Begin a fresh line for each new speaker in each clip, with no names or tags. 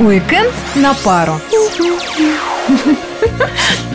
Уикенд на пару.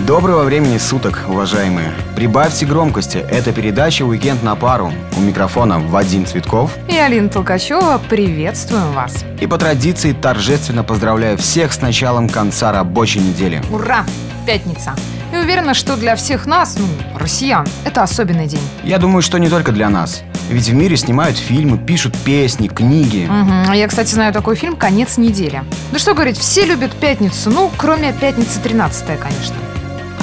Доброго времени суток, уважаемые. Прибавьте громкости. Это передача «Уикенд на пару». У микрофона Вадим Цветков.
И Алина Толкачева, приветствуем вас.
И по традиции торжественно поздравляю всех с началом конца рабочей недели.
Ура! Пятница. И уверена, что для всех нас, ну, россиян, это особенный день.
Я думаю, что не только для нас. Ведь в мире снимают фильмы, пишут песни, книги.
Мгм. А Я, кстати, знаю такой фильм «Конец недели». Да что говорить, все любят пятницу, ну, кроме пятницы 13 конечно.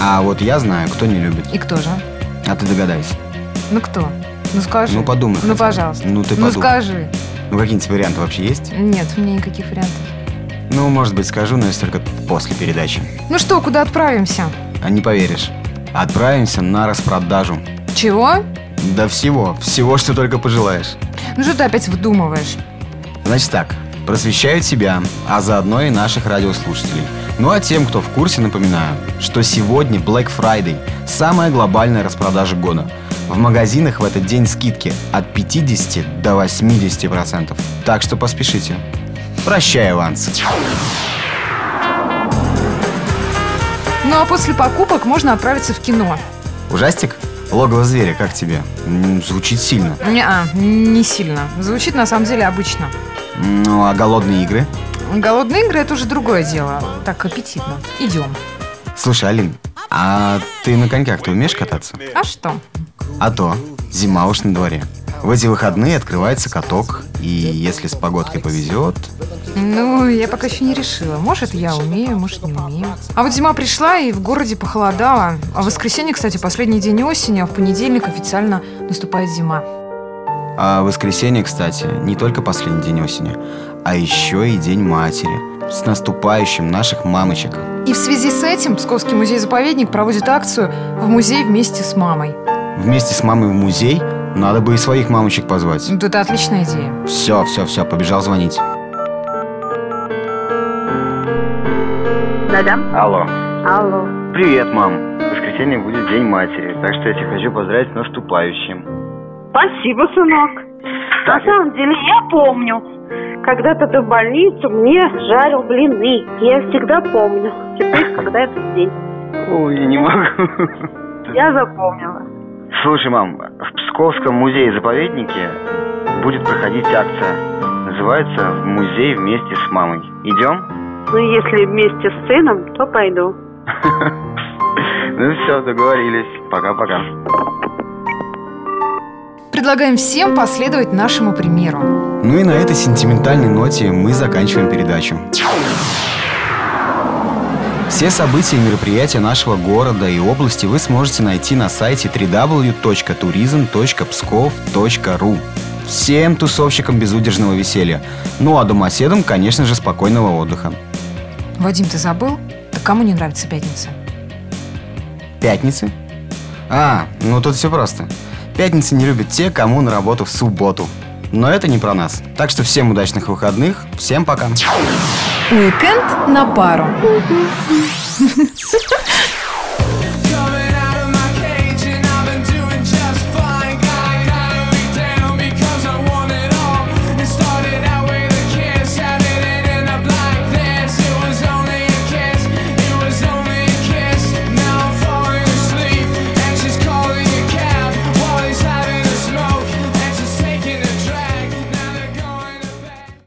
А вот я знаю, кто не любит.
И кто же?
А ты догадайся.
Ну, кто? Ну, скажи.
Ну подумай. хотя
Ну,
бы.
пожалуйста.
Ну ты
ну,
подумай.
скажи.
Ну какие-нибудь варианты вообще есть?
Нет, у меня никаких вариантов.
Ну, может быть, скажу, но если только после передачи.
Ну что, куда отправимся?
А не поверишь. Отправимся на распродажу.
Чего?
Да всего, всего, что только пожелаешь.
Ну что ты опять выдумываешь?
Значит так, просвещаю тебя, а заодно и наших радиослушателей. Ну а тем, кто в курсе, напоминаю, что сегодня Black Friday – самая глобальная распродажа года. В магазинах в этот день скидки от 50 до 80%. Так что поспешите. Прощай, аванс.
Ну а после покупок можно отправиться в кино.
Ужастик? Логово зверя, как тебе? М, Звучит сильно.
Неа, а, не сильно. Звучит на самом деле обычно.
Ну, а голодные игры?
Голодные игры это уже другое дело. Так аппетитно. Идем.
Слушай, Алин, а ты на коньках-то умеешь кататься?
А что?
А то, зима уж на дворе. В эти выходные открывается каток, и если с погодкой повезет...
Ну, я пока еще не решила. Может, я умею, может, не умею. А вот зима пришла, и в городе похолодало. А в воскресенье, кстати, последний день осени, а в понедельник официально наступает зима.
А воскресенье, кстати, не только последний день осени, а еще и День матери. С наступающим наших мамочек.
И в связи с этим Псковский музей-заповедник проводит акцию «В музей вместе с мамой».
Вместе с мамой в музей надо бы и своих мамочек позвать.
Вот Ну, это отличная идея.
Все, все, все, побежал звонить.
Да-да.
Алло.
Алло.
Привет, мам. В воскресенье будет День матери, так что я тебя хочу поздравить с наступающим.
Спасибо, сынок. На
Так.
самом деле, я помню, когда-то ты в больницу мне жарил блины. Я всегда помню. Теперь, когда этот день.
Ой, я не могу.
Я запомнила.
Слушай, мам, в Псковском музее-заповеднике будет проходить акция. Называется «В музей вместе с мамой». Идем?
Ну, если вместе с сыном, то пойду.
Ну все, договорились. Пока-пока.
Предлагаем всем последовать нашему примеру.
Ну и на этой сентиментальной ноте мы заканчиваем передачу. Все события и мероприятия нашего города и области вы сможете найти на сайте www.turism.pskov.ru Всем тусовщикам безудержного веселья. Ну а домоседам, конечно же, спокойного отдыха.
Вадим, ты забыл? Так кому не нравится пятница?
Пятницы? А, ну тут все просто. Пятницы не любят те, кому на работу в субботу. Но это не про нас. Так что всем удачных выходных. Всем пока.
Уикенд на пару.